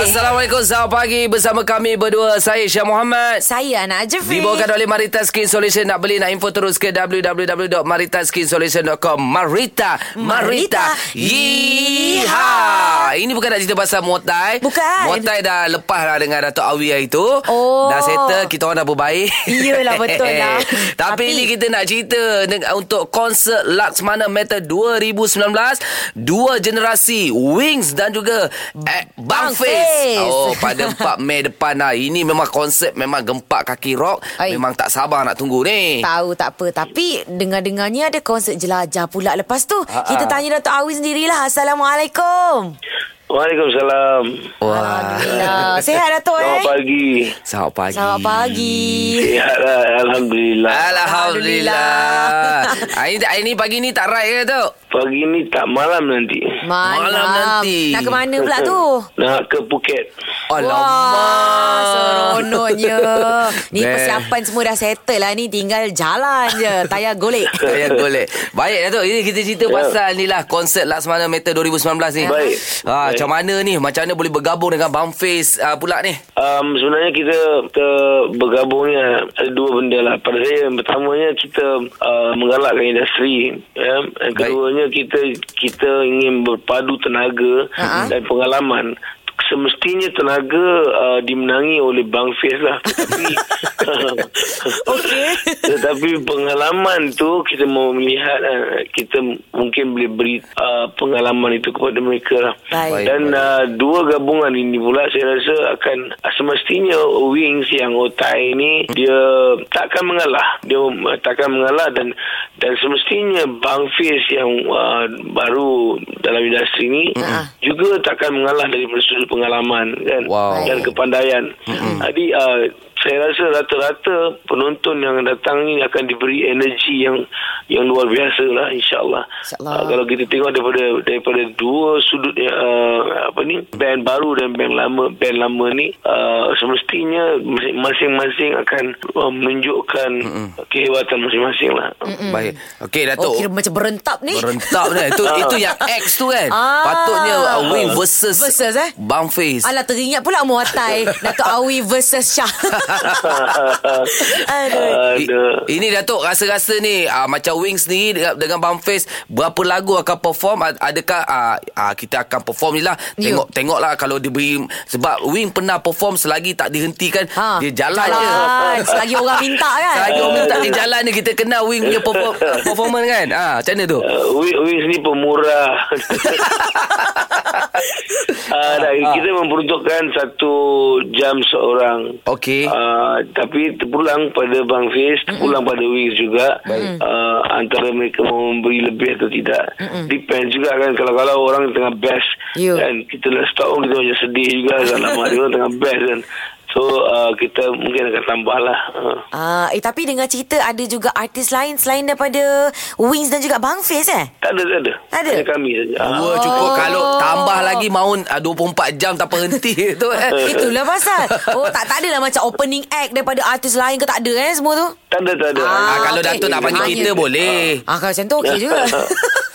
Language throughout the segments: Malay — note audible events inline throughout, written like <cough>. Assalamualaikum Selamat pagi Bersama kami berdua Saya Syah Muhammad Saya anak Jeffrey. Dibawakan oleh Marita Skin Solution Nak beli nak info terus ke www.maritaskinsolution.com Marita Marita, Marita. Yeeha Ini bukan nak cerita pasal Muay Thai Bukan. Muay Thai dah lepas lah dengan Dato' Awiyah itu Oh. Dah settle Kita orang dah berbaik <laughs> Iyalah, betul lah. Tapi, Tapi- ini kita nak cerita dengan- Untuk konsert Laksmana Meta 2019 Dua generasi Wings dan juga eh, Bang, Bang Face Face. Oh <laughs> pada 4 Mei depan lah Ini memang konsep Memang gempak kaki rock Oi. Memang tak sabar nak tunggu ni Tahu tak apa Tapi dengar-dengarnya ada konsert jelajah pula lepas tu Ha-ha. Kita tanya Dato' Awi sendirilah Assalamualaikum Waalaikumsalam. Wah Ya. Alhamdulillah Sehat Dato' Selamat eh pagi. Selamat pagi Selamat pagi Ya, Alhamdulillah. <laughs> Alhamdulillah Hari ni- hari ni pagi ni tak right ke tu? Pagi ni tak malam nanti. Malam, lah. Malam nanti. Nak ke mana pula tu Nak ke Phuket. Wah, Alamak seronoknya. Ni Best. persiapan semua dah settle lah ni. Tinggal jalan je. Tayar golek. Saya golek Baik Datuk Ini kita cerita Ya. pasal ni lah Konsert Laksmana Meta 2019 ni Baik. ha, Baik. Macam mana ni Macam mana boleh bergabung Dengan Bang Face uh, pula ni Um, sebenarnya kita, kita bergabungnya ada dua benda lah. Pada saya, yang pertamanya kita uh, menggalakkan industri. Ya? Yang Baik. keduanya kita kita ingin berpadu tenaga Ha-ha. dan pengalaman. Semestinya tenaga uh, dimenangi oleh Bang Fiz <laughs> lah. Tapi, <laughs> tetapi pengalaman tu kita mau melihat uh, kita mungkin boleh beri uh, pengalaman itu kepada mereka lah. Baik. Dan uh, dua gabungan ini pula saya rasa akan ah, semestinya Wings yang Otai ini dia takkan mengalah. Dia uh, takkan mengalah dan dan semestinya Bang Fiz yang uh, baru dalam industri ini Mm-mm. juga takkan mengalah dari sudut pengalaman kan Wow. dan kepandaian. Jadi uh, saya rasa rata-rata penonton yang datang ini akan diberi energi yang yang luar biasa lah insyaAllah. InsyaAllah. Uh, kalau kita tengok daripada daripada dua sudut uh, apa ni band baru dan band lama band lama ni uh, semestinya masing-masing akan uh, menunjukkan kehebatan masing-masing lah. mm. Baik Okey Datuk Hmm. Oh, kira macam berentap ni. Berentap ni Itu itu yang X tu kan Ah. Patutnya uh, Wing versus Versus, eh? Bang Face Alah teringat pula Muay Thai Dato' Awi versus Shah <laughs> Aduh. <laughs> I- Ada. Ini Datuk rasa-rasa ni uh, Macam Wings ni dengan, dengan Bang Face Berapa lagu akan perform Ad- Adakah uh, uh, kita akan perform ni lah Ya. Tengok tengoklah kalau diberi Sebab Wing pernah perform Selagi tak dihentikan Ha, Dia jalan, jalan. je Selagi orang minta kan Selagi orang minta dia jalan ni Kita kenal Wing punya perform- performance kan ha, Macam mana tu Uh, Wiz, Wiz ni pemurah. <laughs> uh, dah, kita memperuntukkan satu jam seorang. Okey. Uh, tapi terpulang pada Bang Fiz, terpulang pada Wiz juga. Uh, antara mereka mau memberi lebih atau tidak. Depends juga kan kalau-kalau orang tengah best. You. Kan kita nak stop pun kita macam sedih juga. Lama dia orang tengah best kan. So uh, kita mungkin akan tambah lah. Uh. Ah, eh tapi dengar cerita ada juga artis lain selain daripada Wings dan juga Bang Fiz eh? Tak ada, tak ada. Tak ada? Hanya kami saja. Ah. Dua cukup Oh. kalau tambah lagi maun ah, 24 jam tak berhenti <laughs> tu eh. <laughs> Itulah pasal. Oh <laughs> tak tak adalah macam opening act daripada artis lain ke tak ada eh semua tu. Tak ada, tak ada. Ah, Ah, kalau okey. Datuk nak panggil Hanya- kita <laughs> boleh. Ah kalau macam tu okey <laughs> juga.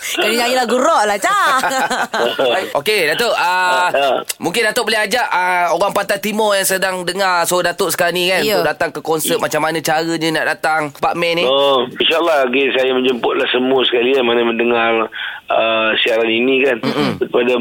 Kena nyanyi lagu rock lah Cah. Okey Datuk uh, Ha, Ah. ha. Mungkin Datuk boleh ajak uh, Orang Pantai Timur Yang sedang dengar Suara Datuk sekarang ni kan Ya. Untuk datang ke konsert Macam mana caranya nak datang 4 Mei ni Oh, insyaAllah okay, saya menjemputlah semua sekali yang mana mendengar uh, siaran ini kan. Mm-hmm. Pada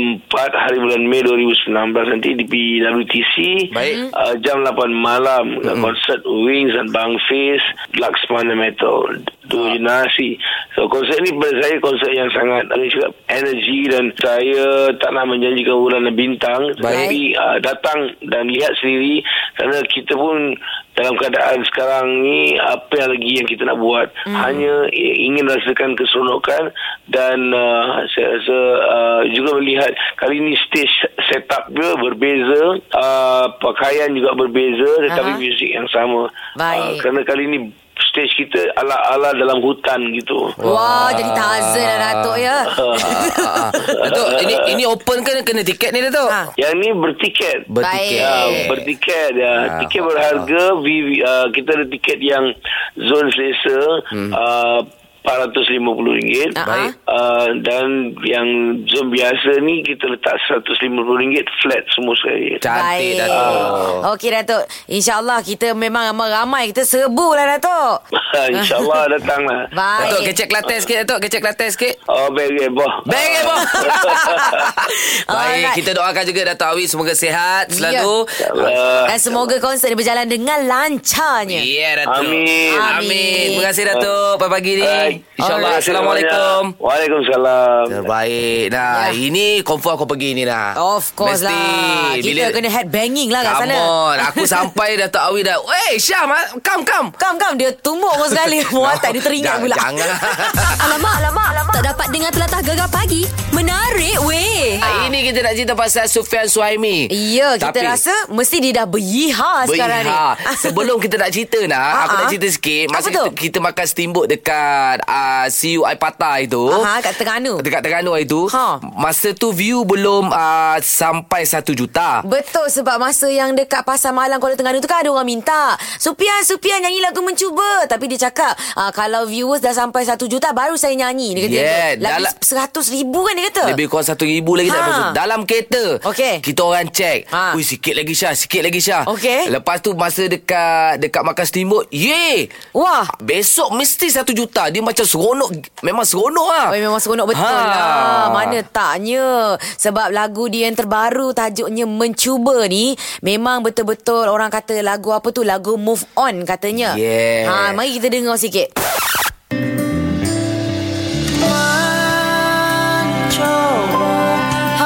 4 hari bulan Mei 2019 nanti di PWTC. Baik. Uh, jam 8 malam mm-hmm. konsert Wings dan Bang Face Laksmana Metal. Dua generasi. So konsert ni pada saya konsert yang sangat ada juga energi dan saya tak nak menjanjikan bulan dan bintang. Baik. Tapi uh, datang dan lihat sendiri kerana kita pun dalam keadaan sekarang ni apa yang lagi yang kita nak buat hmm. hanya i- ingin rasakan keseronokan dan uh, saya rasa uh, juga melihat kali ni stage setup dia berbeza uh, pakaian juga berbeza tetapi Aha. muzik yang sama Uh, Baik. kerana kali ni stage kita ala-ala dalam hutan gitu Wah, jadi tazen lah Datuk ya. Ah, ah. Datuk ini ini open ke kena tiket ni Datuk Ha. yang ni bertiket Bertiket Ya, bertiket ya. Ah, tiket ah, ah, berharga VV, uh, kita ada tiket yang zon selesa hmm. uh, RM450 Ah, Baik. uh, dan yang Zoom biasa ni kita letak RM150 flat semua sekali Cantik Baik. Datuk. Okey Datuk. InsyaAllah kita memang ramai-ramai kita serbu lah Datuk. Ah, <laughs> InsyaAllah datanglah Datuk Baik. kecek Kelantan sikit Datuk kecek Kelantan sikit. Oh Ah. baik boh Baik <laughs> apa? <laughs> Baik, Alright. kita doakan juga Dato' Awi semoga sihat selalu. Ya. InsyaAllah Ah. Dan semoga konsert dia berjalan dengan lancarnya. Yeah, Dato'. Amin. Ya, Amin. Terima kasih Dato' pada pagi ni. Baik. InsyaAllah. Terima kasih Assalamualaikum. banyak. Waalaikumsalam Terbaik. Nah, Ya. ini confirm aku pergi ni dah. Of course Mesti. lah. Kita Bila- kena headbanging lah kat Come sana. on. Aku <laughs> sampai Dato' Awi dah. Wey, Syam, ah, come, come. Kam kam dia tumbuk pun <laughs> sekali. Muat tak dia teringat Jangan- pula. Jangan. <laughs> Alamak, alamak, alamak. Tak dapat dengar telatah gegar pagi. Menarik weh. Ah, Ini kita nak cerita pasal Sufian Suhaimi. Ya, kita Tapi- rasa mesti dia dah beryiha sekarang ni. Ah. Berihak. <laughs> Sebelum kita nak cerita Ha, nak, aku ha. nak cerita sikit. Apa Masa tu? kita, kita makan steamboat dekat uh, CUI Patah itu. Aha, kat Terengganu. Dekat Terengganu itu. Ha. Masa tu view belum uh, sampai 1 juta. Betul sebab masa yang dekat pasar malam Kuala Terengganu tu kan ada orang minta Supian, Supian nyanyi lagu mencuba Tapi dia cakap ah, kalau viewers dah sampai 1 juta baru saya nyanyi Dia kata Yeah, yeah, Lagi dalam- 100 ribu kan dia kata lah. Lebih kurang satu ribu lagi tak Ha. masuk. Dalam kereta Okey. Kita orang check Ha. Ui sikit lagi Syah Sikit lagi Syah Okey. Lepas tu masa dekat Dekat makan steamboat Yeay Wah Besok mesti satu juta Dia macam seronok Memang seronok lah Oh, memang seronok betul Ha. lah Mana taknya Sebab lagu dia yang terbaru Tajuknya Mencuba ni Memang betul-betul Orang kata lagu apa tu Lagu Move On katanya Yeah. ha, Mari kita dengar sikit mencoba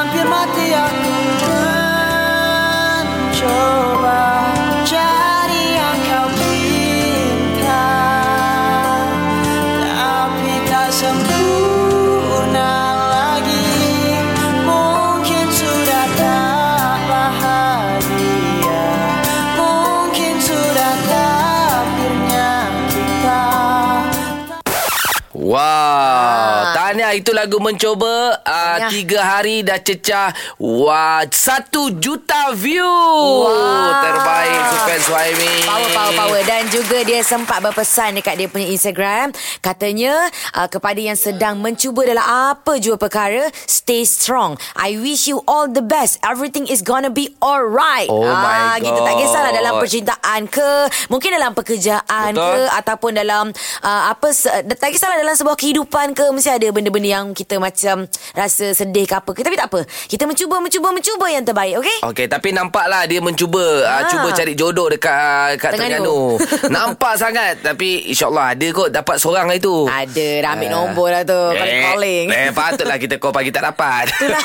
Hampir mati aku mencoba Cari yang kau minta Tapi tak sempurna lagi Mungkin sudah tak bahagia Mungkin sudah takdirnya kita Wow, tahniah itu lagu mencoba uh, Ah. Tahniah. tiga hari dah cecah wah satu juta view. Wah. Terbaik Sufian Suhaimi. Power, power, power. Dan juga dia sempat berpesan dekat dia punya Instagram. Katanya, uh, kepada yang sedang mencuba dalam apa jua perkara, stay strong. I wish you all the best. Everything is gonna be alright. Oh my Kita tak God. kisahlah dalam percintaan ke, mungkin dalam pekerjaan Betul. ke, ataupun dalam uh, apa, se- tak kisahlah dalam sebuah kehidupan ke, mesti ada benda-benda yang kita macam rasa sedih ke apa ke. Tapi tak apa. Kita mencuba, mencuba, mencuba yang terbaik, okay? Okey, tapi nampaklah dia mencuba ha. uh, Eh? Ah. cuba cari jodoh dekat uh, dekat Terengganu. Terengganu. <laughs> Nampak sangat tapi insyaallah ada kot dapat seorang hari tu. Ah. Ada dah ambil nombor dah tu Calling-calling Eh, eh patutlah kita call pagi tak dapat. <laughs>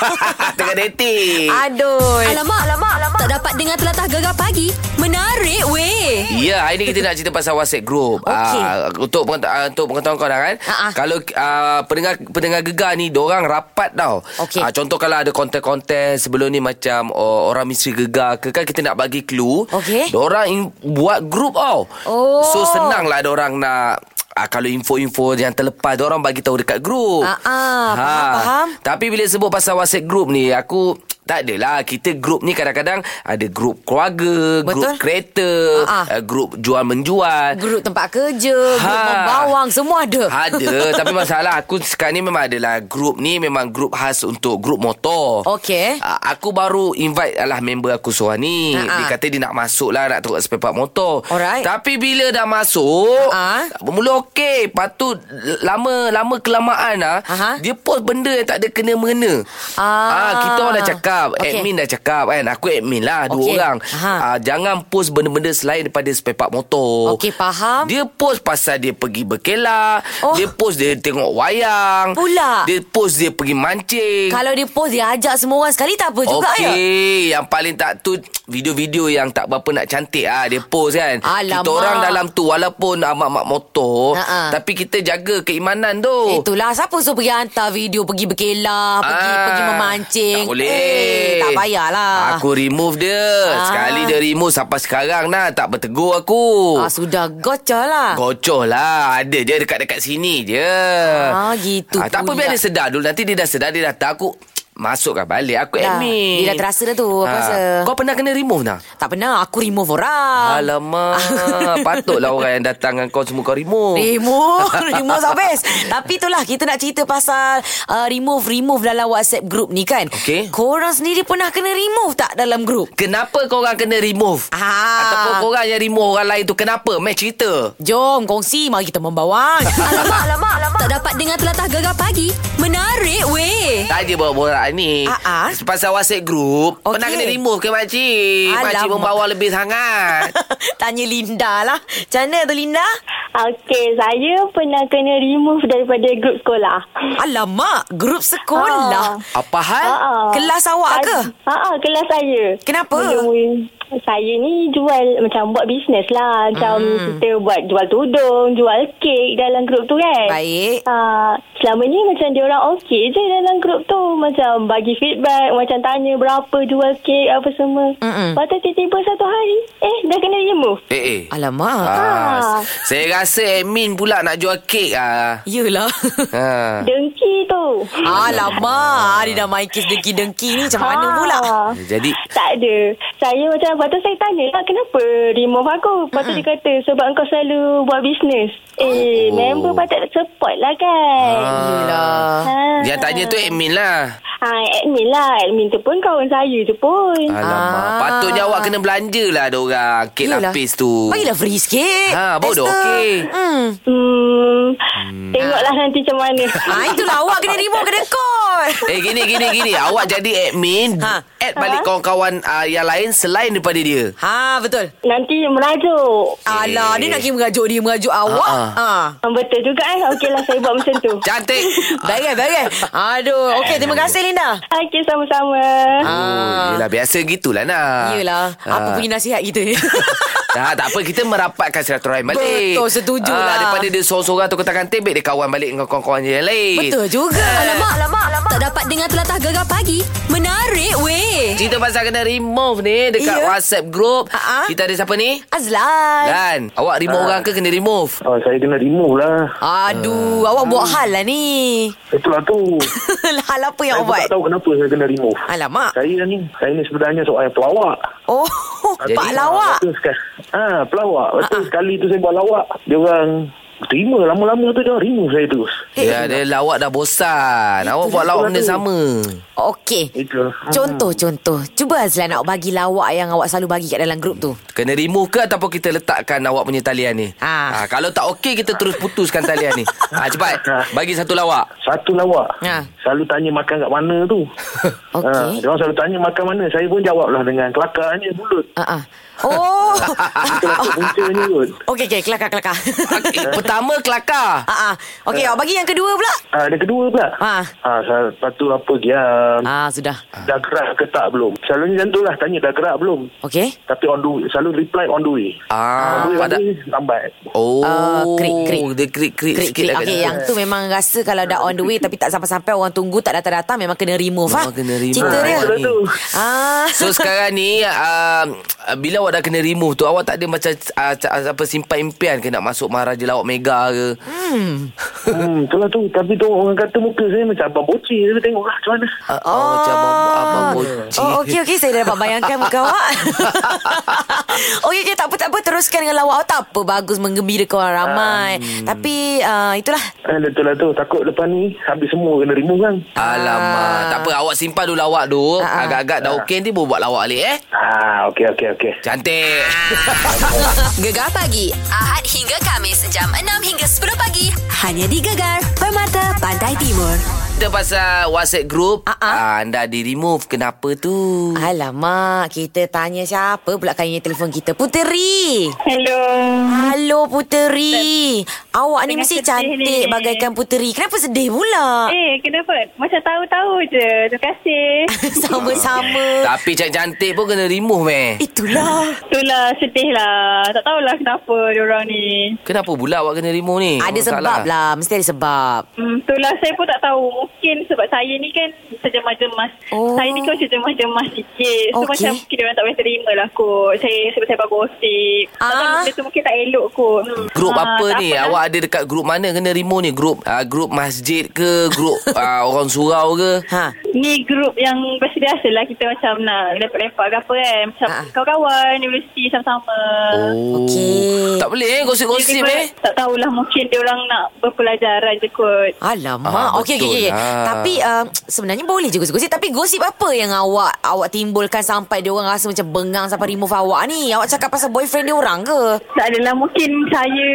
Tengah dating. Ah, Aduh Alamak, alamak, alamak. Tak dapat dengar telatah gegar pagi. Menarik weh. Ya, hari ni kita nak cerita pasal WhatsApp group. Eh. Okey. Ah, untuk pengeta- ah, untuk pengetahuan kau dah kan. Ah, ah. Kalau uh, pendengar pendengar gegar ni orang rapat tau. Okey. Ah, contoh kalau ada konten-konten sebelum ni macam oh, orang misteri gegar ke kan kita nak bagi clue. Okey. Orang buat group tau. Oh. So senanglah ada orang nak Ah, kalau info-info yang terlepas orang bagi tahu dekat grup. Ah, ah, faham, faham. Tapi bila sebut pasal WhatsApp group ni aku tak adalah kita group ni kadang-kadang ada group keluarga, group Betul. kereta, Ah, ah. uh, grup jual menjual. Grup tempat kerja Grup Ha. membawang Semua ada Ada Tapi masalah aku sekarang ni memang adalah Grup ni memang grup khas untuk grup motor <laughs> Okey. uh, Aku baru invite lah member aku seorang ni Ha, ha. Dia kata dia nak masuk lah Nak tukar spare part motor Alright. Tapi bila dah masuk Ha, uh-huh. Mula okey Lepas tu lama, lama kelamaan lah Ha, ha. Dia post benda yang tak ada kena-mengena Ah. Ah, Kita orang dah cakap Okey. Admin dah cakap kan Aku admin lah Dua Okey. orang Ha. Ah, Jangan post benda-benda selain daripada spare part motor Okey, faham. Dia post pasal dia pergi berkelak Oh. Dia post dia tengok wayang Pula. Dia post dia pergi mancing Kalau dia post Dia ajak semua orang sekali Tak apa juga ya Okey, yang paling tak tu video-video yang tak berapa nak cantik ah dia post kan. Alamak. Kita orang dalam tu walaupun ah, mak-mak motor Ha-ha. tapi kita jaga keimanan tu. ya. Itulah Siapa suruh pergi hantar video Pergi berkelah Pergi Ah, pergi memancing Tak boleh eh, Tak payahlah Aku remove dia Ah. Sekali dia remove Sampai sekarang nah Tak bertegur aku ah, Sudah gocah lah Gocoh lah Ada je dekat-dekat sini je Ah, gitu Tak apa pula. biar dia sedar dulu Nanti dia dah sedar Dia dah tahu aku Masukkan balik Aku Dah. admit Dia dah terasa dah tu, aku rasa. Kau pernah kena remove tak? Tak pernah aku remove orang. <laughs> Alamak Patutlah orang yang datang dengan kau Semua kau remove <laughs> Remove Remove habis Tapi itulah Kita nak cerita pasal uh, Remove Remove dalam WhatsApp group ni kan Okey. Korang sendiri pernah kena remove tak Dalam group Kenapa korang kena remove? Ah. Ataupun korang yang remove orang lain tu Kenapa? Meh cerita Jom kongsi Mari kita <laughs> membawang Ah, Alamak, alamak, alamak. Tak dapat dengar telatah gegar pagi. Menarik <laughs> weh. Tadi borak-borak lah ni Ah, ah. Pasal WhatsApp group Okey. Pernah kena remove ke makcik? Makcik Alamak. membawa lebih <laughs> sangat Tanya Linda lah Macam mana tu Linda Okey, saya pernah kena remove daripada grup sekolah. Alamak Group sekolah Apa hal? Ah. Kan? Kelas awak ke? Ha, kelas saya. Kenapa? Mula-mula, saya ni jual macam buat bisnes lah. Macam hmm. kita buat jual tudung, jual kek dalam grup tu kan. Baik. Ha, selama ni macam dia orang okey je dalam grup tu. Macam bagi feedback, macam tanya berapa jual kek apa semua. Mm-mm. Lepas tu tiba-tiba satu hari, eh dah kena remove. Eh eh Ah. Alamak Ah, saya rasa admin pula nak jual kek ah. <laughs> Yelah Ah. Ha. Dengki tu. Alamak Dia dah main kes dengki-dengki ni Macam mana Ah. pula Jadi Tak ada. Saya macam lepas tu saya tanya lah kenapa remove aku. Lepas tu dia kata sebab kau selalu buat bisnes. Eh, Oh. oh. member patut support lah kan. ah, Ha. Yang tanya tu admin lah Ha, admin lah. Admin tu pun kawan saya je pun. Alamak Ah. Patutnya awak kena belanja lah Diorang Kek Yelah. lapis tu Bagilah free sikit Ha, baru dah Tester. okey. hmm. Hmm, tengoklah nanti macam mana. Ah itulah awak kena remove kena kot. <laughs> Eh gini gini gini Awak jadi admin Ha. Add balik kawan-kawan ah, Yang lain Selain daripada dia Ha betul. nanti merajuk. Alah dia nak kira merajuk dia merajuk awak. Ah, Ha. Hmm, Betul juga eh. Okeylah saya buat macam tu. <laughs> Cantik <laughs> Bagai bagai. Aduh. Okey terima kasih Ha. Linda. Okey sama-sama. Oh, yelah biasa gitulah nak Yelah. Apa punya nasihat kita ni? Dah, Ha. <laughs> tak apa kita merapatkan silaturahim balik. Betul, setuju Ah, lah. Daripada dia seorang-seorang tu katakan tebek dia kawan balik dengan kawan-kawan dia yang lain. Ah. Betul juga. Ha. Alamak, alamak, alamak. Tak dapat dengar telatah gegar pagi. Menarik weh. Cerita pasal kena remove ni dekat Ya. WhatsApp group. Ha-ha. Ah. Kita ada siapa ni? Azlan. Dan awak remove orang ke kena remove? Oh, saya kena remove lah. Aduh, Ha. awak buat hal lah ni. <laughs> Itulah tu. hal apa saya yang awak pun buat? tak tahu kenapa saya kena remove. Alamak. Saya ni, saya ni sebenarnya seorang yang pelawak. Oh, <laughs> Jadi- Pak Lawak. Betul sekali. Ha, pelawak. Ah. Betul sekali tu saya buat lawak. Dia orang terima lama-lama tu dia orang remove saya terus. Eh, Ya, dia lawak dah bosan. Awak buat lawak benda sama. Okey. Itu. Ah. Contoh-contoh. Cuba Azlan nak bagi lawak yang awak selalu bagi kat dalam grup tu. Kena remove ke ataupun kita letakkan awak punya talian ni? Ah, Ah. kalau tak okey kita terus putuskan talian ni. Ah, cepat. Bagi satu lawak. Satu lawak. Ha. Selalu tanya makan kat mana <laughs> tu. Ah, Okey. dia orang selalu tanya makan mana. Saya pun jawab lah dengan kelakarnya mulut. Ah ah. <laughs> Oh. Itulah tu puncanya kot. Okey okey kelakar kelakar. Eh, pertama kelakar. <laughs> Ah ah. Okey, awak bagi yang kedua pula. Ah, ada kedua pula. Ha. Ah, saya- lepas tu apa diam. Ah sudah. Dah gerak ke tak belum? Selalunya macam tu lah. Tanya dah gerak belum? Okey. Tapi on the way, selalu reply on the way. Ah, on the way, pada on the way lambat. Oh, Ah, krik, krik. Dia krik-krik Krik, sikit krik. lah kat Okey, situ. yang tu <laughs> memang rasa kalau dah on the way tapi tak sampai-sampai orang tunggu tak datang-datang memang kena remove Memang ah. kena remove. Cerita Ah, dia. betul tu. <laughs> Ah. So sekarang ni uh, Bila awak dah kena remove tu Awak tak ada macam uh, ca- apa Simpan impian ke Nak masuk Maharaja Lawak Mega ke hmm, itulah tu. Tapi tu orang kata muka saya macam abang bocil. Saya tengok lah macam mana. uh, Oh Macam abang- abang bocil Oh okey okey saya dah dapat bayangkan muka <laughs> awak. okey okey tak apa tak apa teruskan dengan lawak awak tak apa bagus menggembirakan orang ramai. Hmm. Tapi ah, itulah Eh, itulah tu. Takut lepas ni habis semua kena remove kan. Alamak Tak apa awak simpan dulu lawak tu Ah, Agak-agak dah okey Nanti baru buat lawak balik eh Ah, okey, okey, okey. Cantik Ah. <laughs> <laughs> Gegar pagi. Ahad hingga Kamis. Jam 6 hingga 10 pagi. Hanya di Gegar. Permata Pantai Timur. Kita pasal WhatsApp group Ah, uh-uh. Anda di remove Kenapa tu Alamak, kita tanya siapa pula kayaknya telefon kita. Puteri. Hello. Halo Puteri. Awak ni Tengah mesti sedih cantik ni. bagaikan Puteri. Kenapa sedih <laughs> pula? Eh, kenapa? Macam tahu-tahu je. Terima kasih. Sama-sama. Tapi cantik-cantik pun kena remove meh Itulah. Itulah sedih lah. Tak tahulah kenapa diorang ni. Kenapa pula awak kena remove ni Ada Eh, Masalah. sebab lah. Mesti ada sebab. Hmm, itulah saya pun tak tahu. Mungkin sebab saya ni kan terjemas-jemas. Oh. Oh. Saya ni coach terjemas-jemas sikit. So Okey. okay. macam mungkin orang tak boleh terima lah kot. Saya sebab saya bergosip. Ah. Ah. Benda tu mungkin tak elok kot. Hmm. Grup Ah, apa tak ni? lah. Awak ada dekat grup mana kena remo ni? Grup uh, grup masjid ke? <laughs> Grup uh, orang surau ke? Ha. Ni grup yang biasa-biasa lah kita macam nak lepak-lepak ke apa kan. Macam Ah. kawan-kawan, universiti sama-sama. Oh. Okey. Tak boleh eh gosip-gosip Dia eh. kot Tak tahulah mungkin dia orang nak berpelajaran je kot. Alamak. Ah, Ah, okey okey betul okey. lah. Tapi uh, sebenarnya boleh je gosip-gosip tapi gosip apa yang awak awak timbulkan sampai dia orang rasa macam bengang sampai remove awak ni? Awak cakap pasal boyfriend dia orang ke? Tak adalah mungkin saya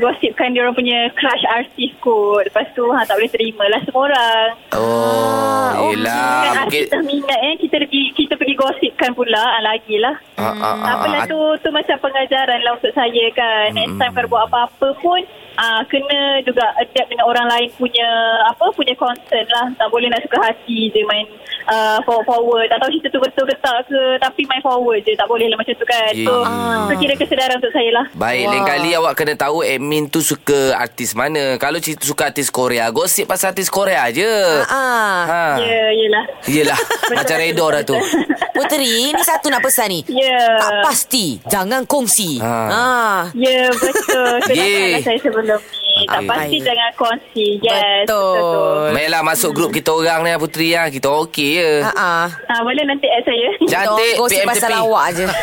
gosipkan dia orang punya crush artis kot. Lepas tu ha, tak boleh terima lah semua orang. Oh, kan yelah. artis Mungkin dah minat eh. Kita pergi, kita pergi gosipkan pula ah, lagi lah. Ah, ah, ah, Apalah ah. tu, tu macam pengajaran lah untuk saya kan. Next time kalau buat apa-apa pun ah, kena juga adapt dengan orang lain punya apa punya concern lah. Tak boleh nak suka hati je main ah, forward forward. Tak tahu cerita tu betul ke tak ke tapi main forward je. Tak boleh lah macam tu kan. So, Yeah. tu kira kesedaran untuk saya lah. Baik, lain kali awak kena tahu admin tu suka artis mana. Kalau cerita suka artis Korea, gosip pasal artis Korea je. ah. Ha. Ya, yelah. <laughs> Yelah, macam redor dah tu. Puteri, ni satu nak pesan ni. Ya. Tak pasti, jangan kongsi. Ha. Ha. Ya, betul. <laughs> Yeay. Kenapa saya sebelum ni? Tak Okey. pasti jangan kongsi. Yes, Betul. betul. Baiklah masuk grup kita orang ni Putri ah. Kita okey je. Ha ah. Ah, boleh nanti add saya. Cantik Gosip pasal PMTP. awak <laughs> je. ah,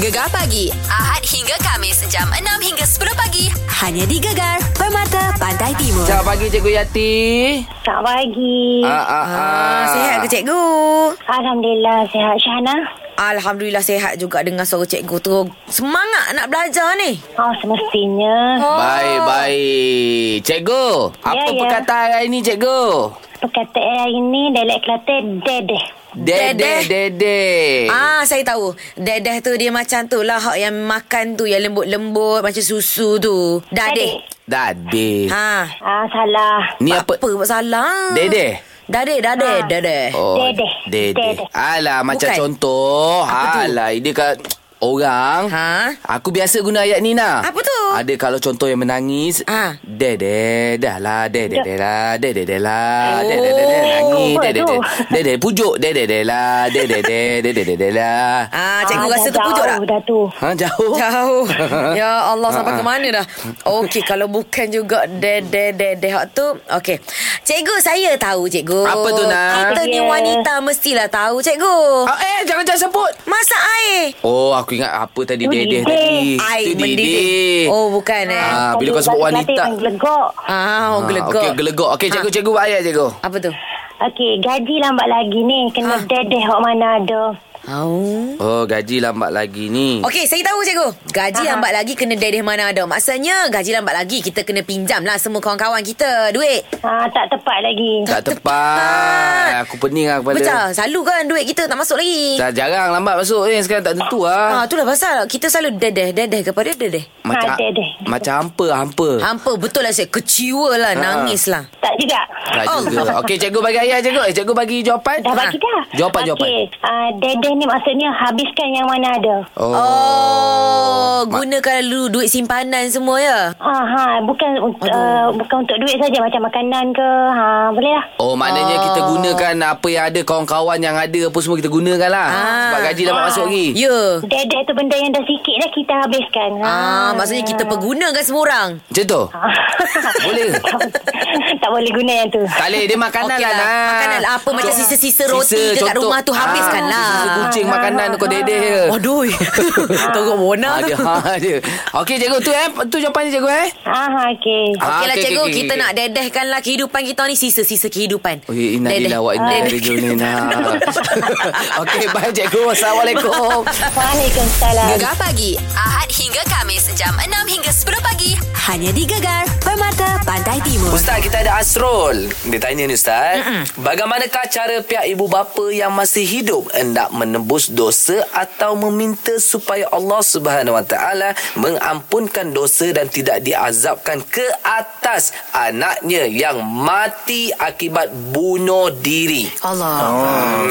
Gegar pagi Ahad hingga Kamis jam 6 hingga 10 pagi hanya di Gegar Permata Pantai Timur. Selamat pagi Cikgu Yati. Tak pagi. Ah ah ah. Ah, sihat ke cikgu? Alhamdulillah sihat Syahana. Alhamdulillah sihat juga dengan suara cikgu tu. Semangat nak belajar ni. Oh Oh. semestinya Baik, baik. Cikgu, apa Oh. ya. perkataan hari ni cikgu? perkataan hari ni dialek Kelantan dedeh. Dedeh, Dedeh. dedeh. Ah, saya tahu. Dedeh tu dia macam tu lah. Hak yang makan tu yang lembut-lembut macam susu tu. Dadeh. Dadeh. Ha. Ah salah. Ni apa? Apa buat salah? Dedeh? Dadeh, dadeh, Ah. dadeh. Oh, Dedeh. Dedeh. Dedeh. Alah, macam Bukan. contoh. Apa tu? Alah, dia kat orang. Ha? Aku biasa guna ayat ni nak. Apa tu? Ada kalau contoh yang menangis. Ha. Ya. Dedeh, dah lah, dedeh, deh lah, dedeh, deh lah, dedeh, Oh. deh, deh, nangis, Apa dedeh, tu? deh, dedeh, pujuk, dedeh, deh lah, dedeh, deh, dedeh, deh, deh lah. Ah, cikgu rasa dah tu pujuk tak? jauh Dah tu. Ha, jauh? Jauh. <laughs> ya Allah Ha, sampai ke ha. mana dah. Okey kalau bukan juga de de de de hak tu. Okey. Cikgu saya tahu cikgu. Apa tu, Nak? Kita ni Ya. wanita mestilah tahu cikgu. Ah, eh, jangan-jangan sebut. Masak air. Oh, aku ingat apa tadi Tu dedeh didih. tadi. Air Tu didih. Oh bukan eh. Ah, Tadi bila kau sebut bahasa wanita. Kelantan yang Gelegok. Ah, oh, Ah, gelegok. Ha. Okey, gelegok. Okey, cikgu, cikgu buat ayat, cikgu. Apa tu? Okey, gaji lambat lagi ni kena Ah. dedeh hok mana ada. Oh. Oh, gaji lambat lagi ni. Okey, saya tahu cikgu. Gaji Ha, ha. lambat lagi kena dedeh mana ada. Maksudnya gaji lambat lagi kita kena pinjam lah semua kawan-kawan kita duit. Ah tak tepat lagi. Tak tepat. tepat. Aku pening lah kepala. Pecah. Selalu kan duit kita tak masuk lagi. Tak jarang lambat masuk eh sekarang tak tentu lah. Ah, itulah pasal kita selalu dedeh dedeh kepada dedeh. Macam Ah, dedeh. macam hampa, hampa. Hampa betul lah saya kecewa lah, Ha. nangis lah. Tak juga. Tak juga. Okey, cikgu bagi ayat cikgu. Eh, cikgu bagi jawapan. Ha. Ah. Dah bagi dah. Jawapan, jawapan. Okey, ah, dedeh ni maksudnya habiskan yang mana ada. Oh. Oh, gunakan dulu duit simpanan semua ya. Ah, ha, bukan untuk uh, bukan untuk duit saja macam makanan ke. Ha, boleh lah. Oh, maknanya kita gunakan apa yang ada kawan-kawan yang ada apa semua kita gunakan lah. Ah. Sebab gaji lambat masuk lagi. Ya. Dedek tu benda yang dah sikit dah kita habiskan. Ha. Ah, maksudnya kita <laughs> pergunakan semua orang. Macam tu? Boleh ke? tak boleh guna yang tu. Tak boleh, dia makanan Okey lah. Nah. Makanan lah apa macam sisa-sisa roti Sisa, ke kat contoh. rumah tu habiskan Ah, lah. Oh, Sisa kucing makanan tu kau dedeh je. Aduh. <laughs> Teruk bona <laughs> Ada, <laughs> tu. ada. Okey, cikgu tu eh. Tu jawapan dia, cikgu eh. Ah, ha, okey. Ah, Okeylah okey, lah, cikgu okey, kita okey. nak dedehkan lah kehidupan kita ni sisa-sisa kehidupan. Oi, inna Dedeh. Ah. lillahi wa inna ilaihi <laughs> rajiun. Okey, bye cikgu. Assalamualaikum. Waalaikumsalam. Gegar pagi Ahad hingga Kamis jam 6 hingga 10 pagi hanya di Gegar Permata Pantai Timur. Ustaz, kita ada Asrul. Dia tanya ni Ustaz, bagaimanakah cara pihak ibu bapa yang masih hidup hendak menolak menebus dosa atau meminta supaya Allah Subhanahu Wa Taala mengampunkan dosa dan tidak diazabkan ke atas anaknya yang mati akibat bunuh diri. Allah.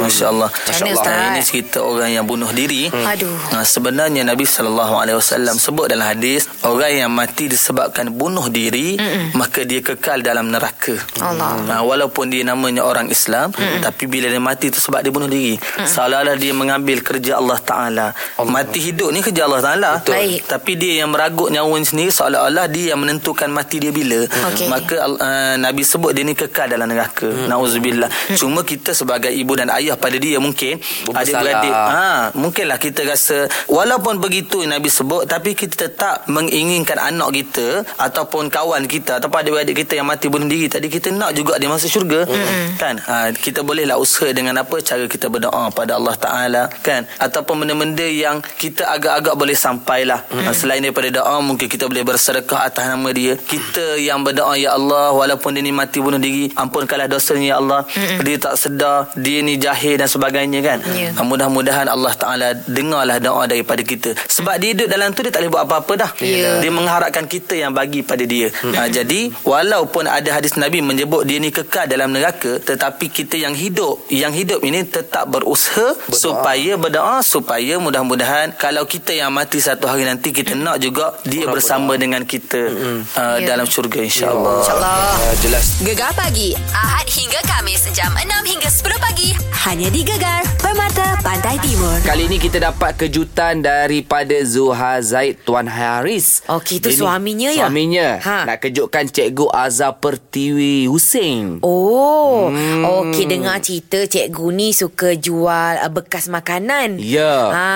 Masya Allah. Macam mana, Ustaz? Ini cerita orang yang bunuh diri. Hmm. Aduh. Nah, Ha, sebenarnya Nabi sallallahu alaihi wasallam sebut dalam hadis orang yang mati disebabkan bunuh diri Mm-mm. maka dia kekal dalam neraka. Allah. Nah, walaupun dia namanya orang Islam Mm-mm. tapi bila dia mati itu sebab dia bunuh diri. Seolah-olah dia mengambil kerja Allah Taala. Mati hidup ni kerja Allah Taala. Baik. Tapi dia yang meragut nyawa ni sendiri seolah-olah dia yang menentukan mati dia bila. Okey. Maka ke uh, Nabi sebut dia ni kekal dalam neraka. Hmm. Nauzubillah. Hmm. Cuma kita sebagai ibu dan ayah pada dia mungkin Bersalah. adik-beradik ha mungkinlah kita rasa walaupun begitu Nabi sebut tapi kita tetap menginginkan anak kita ataupun kawan kita ataupun adik-beradik kita yang mati bunuh diri tadi kita nak juga dia masuk syurga hmm. kan ha, kita bolehlah usaha dengan apa cara kita berdoa pada Allah Taala kan ataupun benda-benda yang kita agak-agak boleh sampailah hmm. selain daripada doa mungkin kita boleh bersedekah atas nama dia kita yang berdoa ya Allah walaupun dia ni mati bunuh diri ampunkanlah dosanya ya Allah mm dia tak sedar dia ni jahil dan sebagainya kan Ya. Ah, mudah-mudahan Allah Taala dengarlah doa daripada kita sebab dia duduk dalam tu dia tak boleh buat apa-apa dah Ya. Hmm. dia mengharapkan kita yang bagi pada dia ha, jadi walaupun ada hadis Nabi menyebut dia ni kekal dalam neraka tetapi kita yang hidup yang hidup ini tetap berusaha supaya berdoa supaya mudah-mudahan kalau kita yang mati satu hari nanti kita nak juga dia bersama dengan kita uh, Hmm. Ya. dalam syurga insya-Allah InsyaAllah. Ah, jelas. Gegar pagi Ahad hingga Kamis jam 6 hingga 10 pagi hanya di Gegar Permata Pantai Timur. Kali ini kita dapat kejutan daripada Zuha Zaid Tuan Haris. Okey, itu Dia ni- suaminya ya? Suaminya. Ha. Ha. Nak kejutkan Cikgu Azhar Pertiwi Hussein. Oh, hmm. okey dengar cerita cikgu ni suka jual uh, bekas makanan. Ya. Ha,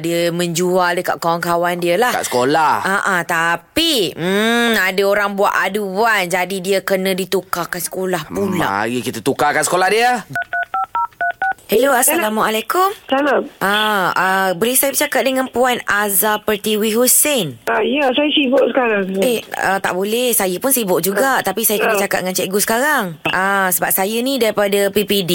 dia menjual dekat kawan-kawan dia lah. Kat sekolah. Ah, ah, tapi hmm, ada orang buat aduan jadi dia kena ditukarkan sekolah pula. Mari kita tukarkan sekolah dia. Hello, assalamualaikum. Salam. Ah, ah, boleh saya bercakap dengan Puan Azza Pertiwi Hussein? Ah, ya, saya sibuk sekarang. Eh, ah, tak boleh. Saya pun sibuk juga tapi saya kena cakap dengan cikgu sekarang. Ah, sebab saya ni daripada PPD.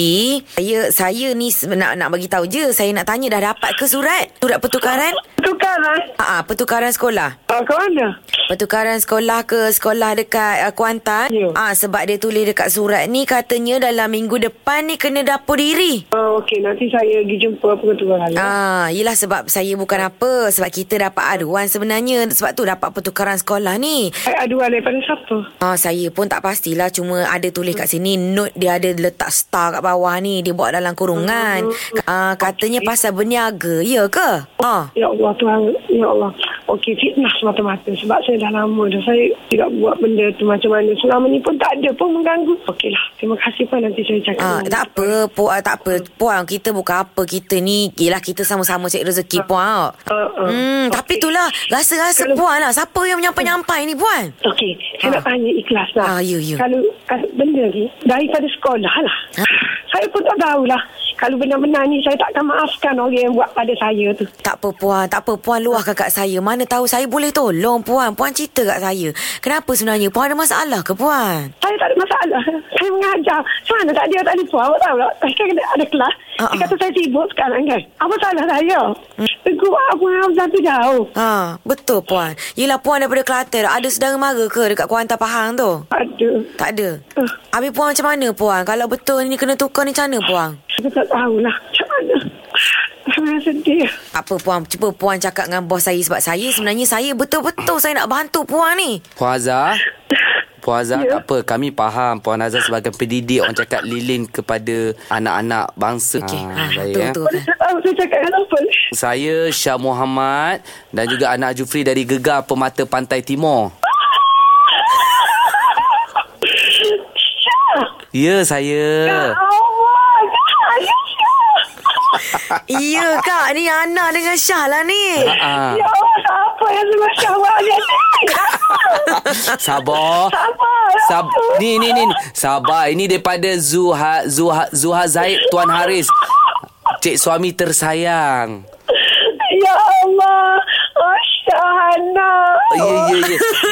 Saya saya ni se- nak nak bagi tahu je, saya nak tanya dah dapat ke surat? Surat pertukaran? Tukar lah. Ah, ah, pertukaran sekolah. Ah, ke mana? Pertukaran sekolah ke sekolah dekat uh, Kuantan Ya. ah sebab dia tulis dekat surat ni katanya dalam minggu depan ni kena dapur diri. Ah, okey, nanti saya pergi jumpa pengetua lah. Ah, yelah sebab saya Ya. bukan apa sebab kita dapat aduan sebenarnya sebab tu dapat pertukaran sekolah ni. Ah. Aduan daripada siapa? Ah, saya pun tak pastilah cuma ada tulis kat sini note dia ada letak star kat bawah ni dia buat dalam kurungan. Ah, katanya pasal berniaga ya ke? Ah. Hmm. Ya Allah, Tuhan. Ya Allah. Okey, fitnah semata-mata. Sebab saya dah lama dah. Saya tidak buat benda tu macam mana. Selama ni pun tak ada pun mengganggu. Okey lah. Terima kasih pun nanti saya cakap. Ah, dengan- tak apa, puan tak apa. Puan kita bukan apa kita ni. Yelah kita sama-sama cek rezeki puan. Ah, ah. Hmm, tapi Okey. itulah rasa-rasa Kalau- puan lah. Siapa yang menyampai-nyampai ni puan? Okey, saya Ah. nak tanya ikhlas lah. Ah, ya, ya. Kalau kalau benda ni daripada sekolah lah. Ha? Saya pun tak tahulah. Kalau benar-benar ni saya takkan maafkan orang yang buat pada saya tu. Tak apa puan, tak apa puan luahkan kat saya. Mana tahu saya boleh tolong puan. Puan cerita kat saya. Kenapa sebenarnya? Puan ada masalah ke puan? Saya tak ada masalah. Saya mengajar. Mana tak dia tak lupa. Awak tahu tak? Saya kan ada, ada kelas. Ah, Dia ah. kata saya sibuk sekarang kan. Apa salah saya? Hmm. Tegur aku Hamzah tu jauh. Ha, betul puan. Yelah puan daripada Kelantan. Ada saudara mara ke dekat Kuantan Pahang tu? Aduh. Tak ada. Eh. Habis puan macam mana puan? Kalau betul ni kena tukar ni macam mana puan? Saya tak tahulah. Macam mana? Saya sedih. Apa puan Cuba puan cakap dengan bos saya Sebab saya sebenarnya Saya betul-betul Saya nak bantu puan ni Puan Azhar. Puan Azhar Ya. tak apa. Kami faham. Puan Azhar sebagai pendidik. Orang cakap lilin kepada anak-anak bangsa. Okey Ah, ha, saya, Tu eh. tu Saya tak tahu saya cakap dengan apa. Saya Syah Muhammad dan juga anak Jufri dari Gegar Pemata Pantai Timur. Ya, saya. Allah. Ya Allah. Iya kak Ni Ana dengan Syah lah ni <laughs> Ah, Ya Allah, siapa yang sebab syawal ni? sabar. Sabar. Sab ni ni ni. Sabar. Ini daripada Zuha Zuha Zuha Zaid Tuan Haris. Cik suami tersayang. Ya Allah. Masya Allah. Ya, ya, ya.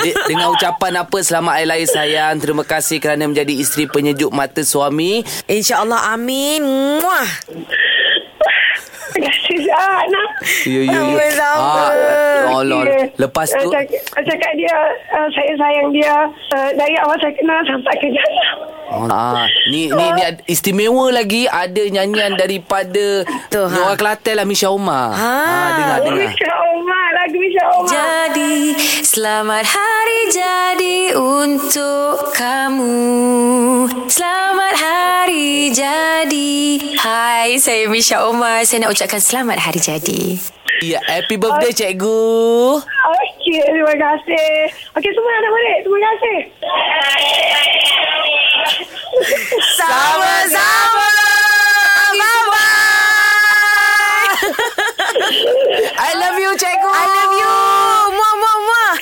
De- Dengan ucapan apa selamat hari lahir sayang. Terima kasih kerana menjadi isteri penyejuk mata suami. InsyaAllah amin Muah ah, nak. Ya, ya, ya. Sama-sama. Ah, Allah. Lepas tu, Saya cakap, saya eh, cakap dia, ah, saya sayang dia. ah, dari awal saya kenal sampai ke jalan. ah, ni, ni, ni ad- istimewa lagi ada nyanyian daripada Tuh, ha. Nora Kelantan lah Misha Umar. Ha, dengar, dengar. Insya Allah, lagu Insya Allah. Jadi selamat hari jadi untuk kamu. Selamat hari jadi. Hai, saya Misha Omar. Saya nak ucapkan selamat hari jadi. Ya, happy birthday cikgu. Okey, terima kasih. Okey, semua anak-anak, terima kasih. Sama-sama. Bye-bye. I love you cikgu. I love you. Muah, muah, muah.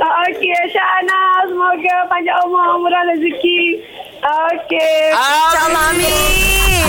Ah, Okey, Syahana, semoga panjang umur, murah rezeki. Ah, Okey. Ah, Mami.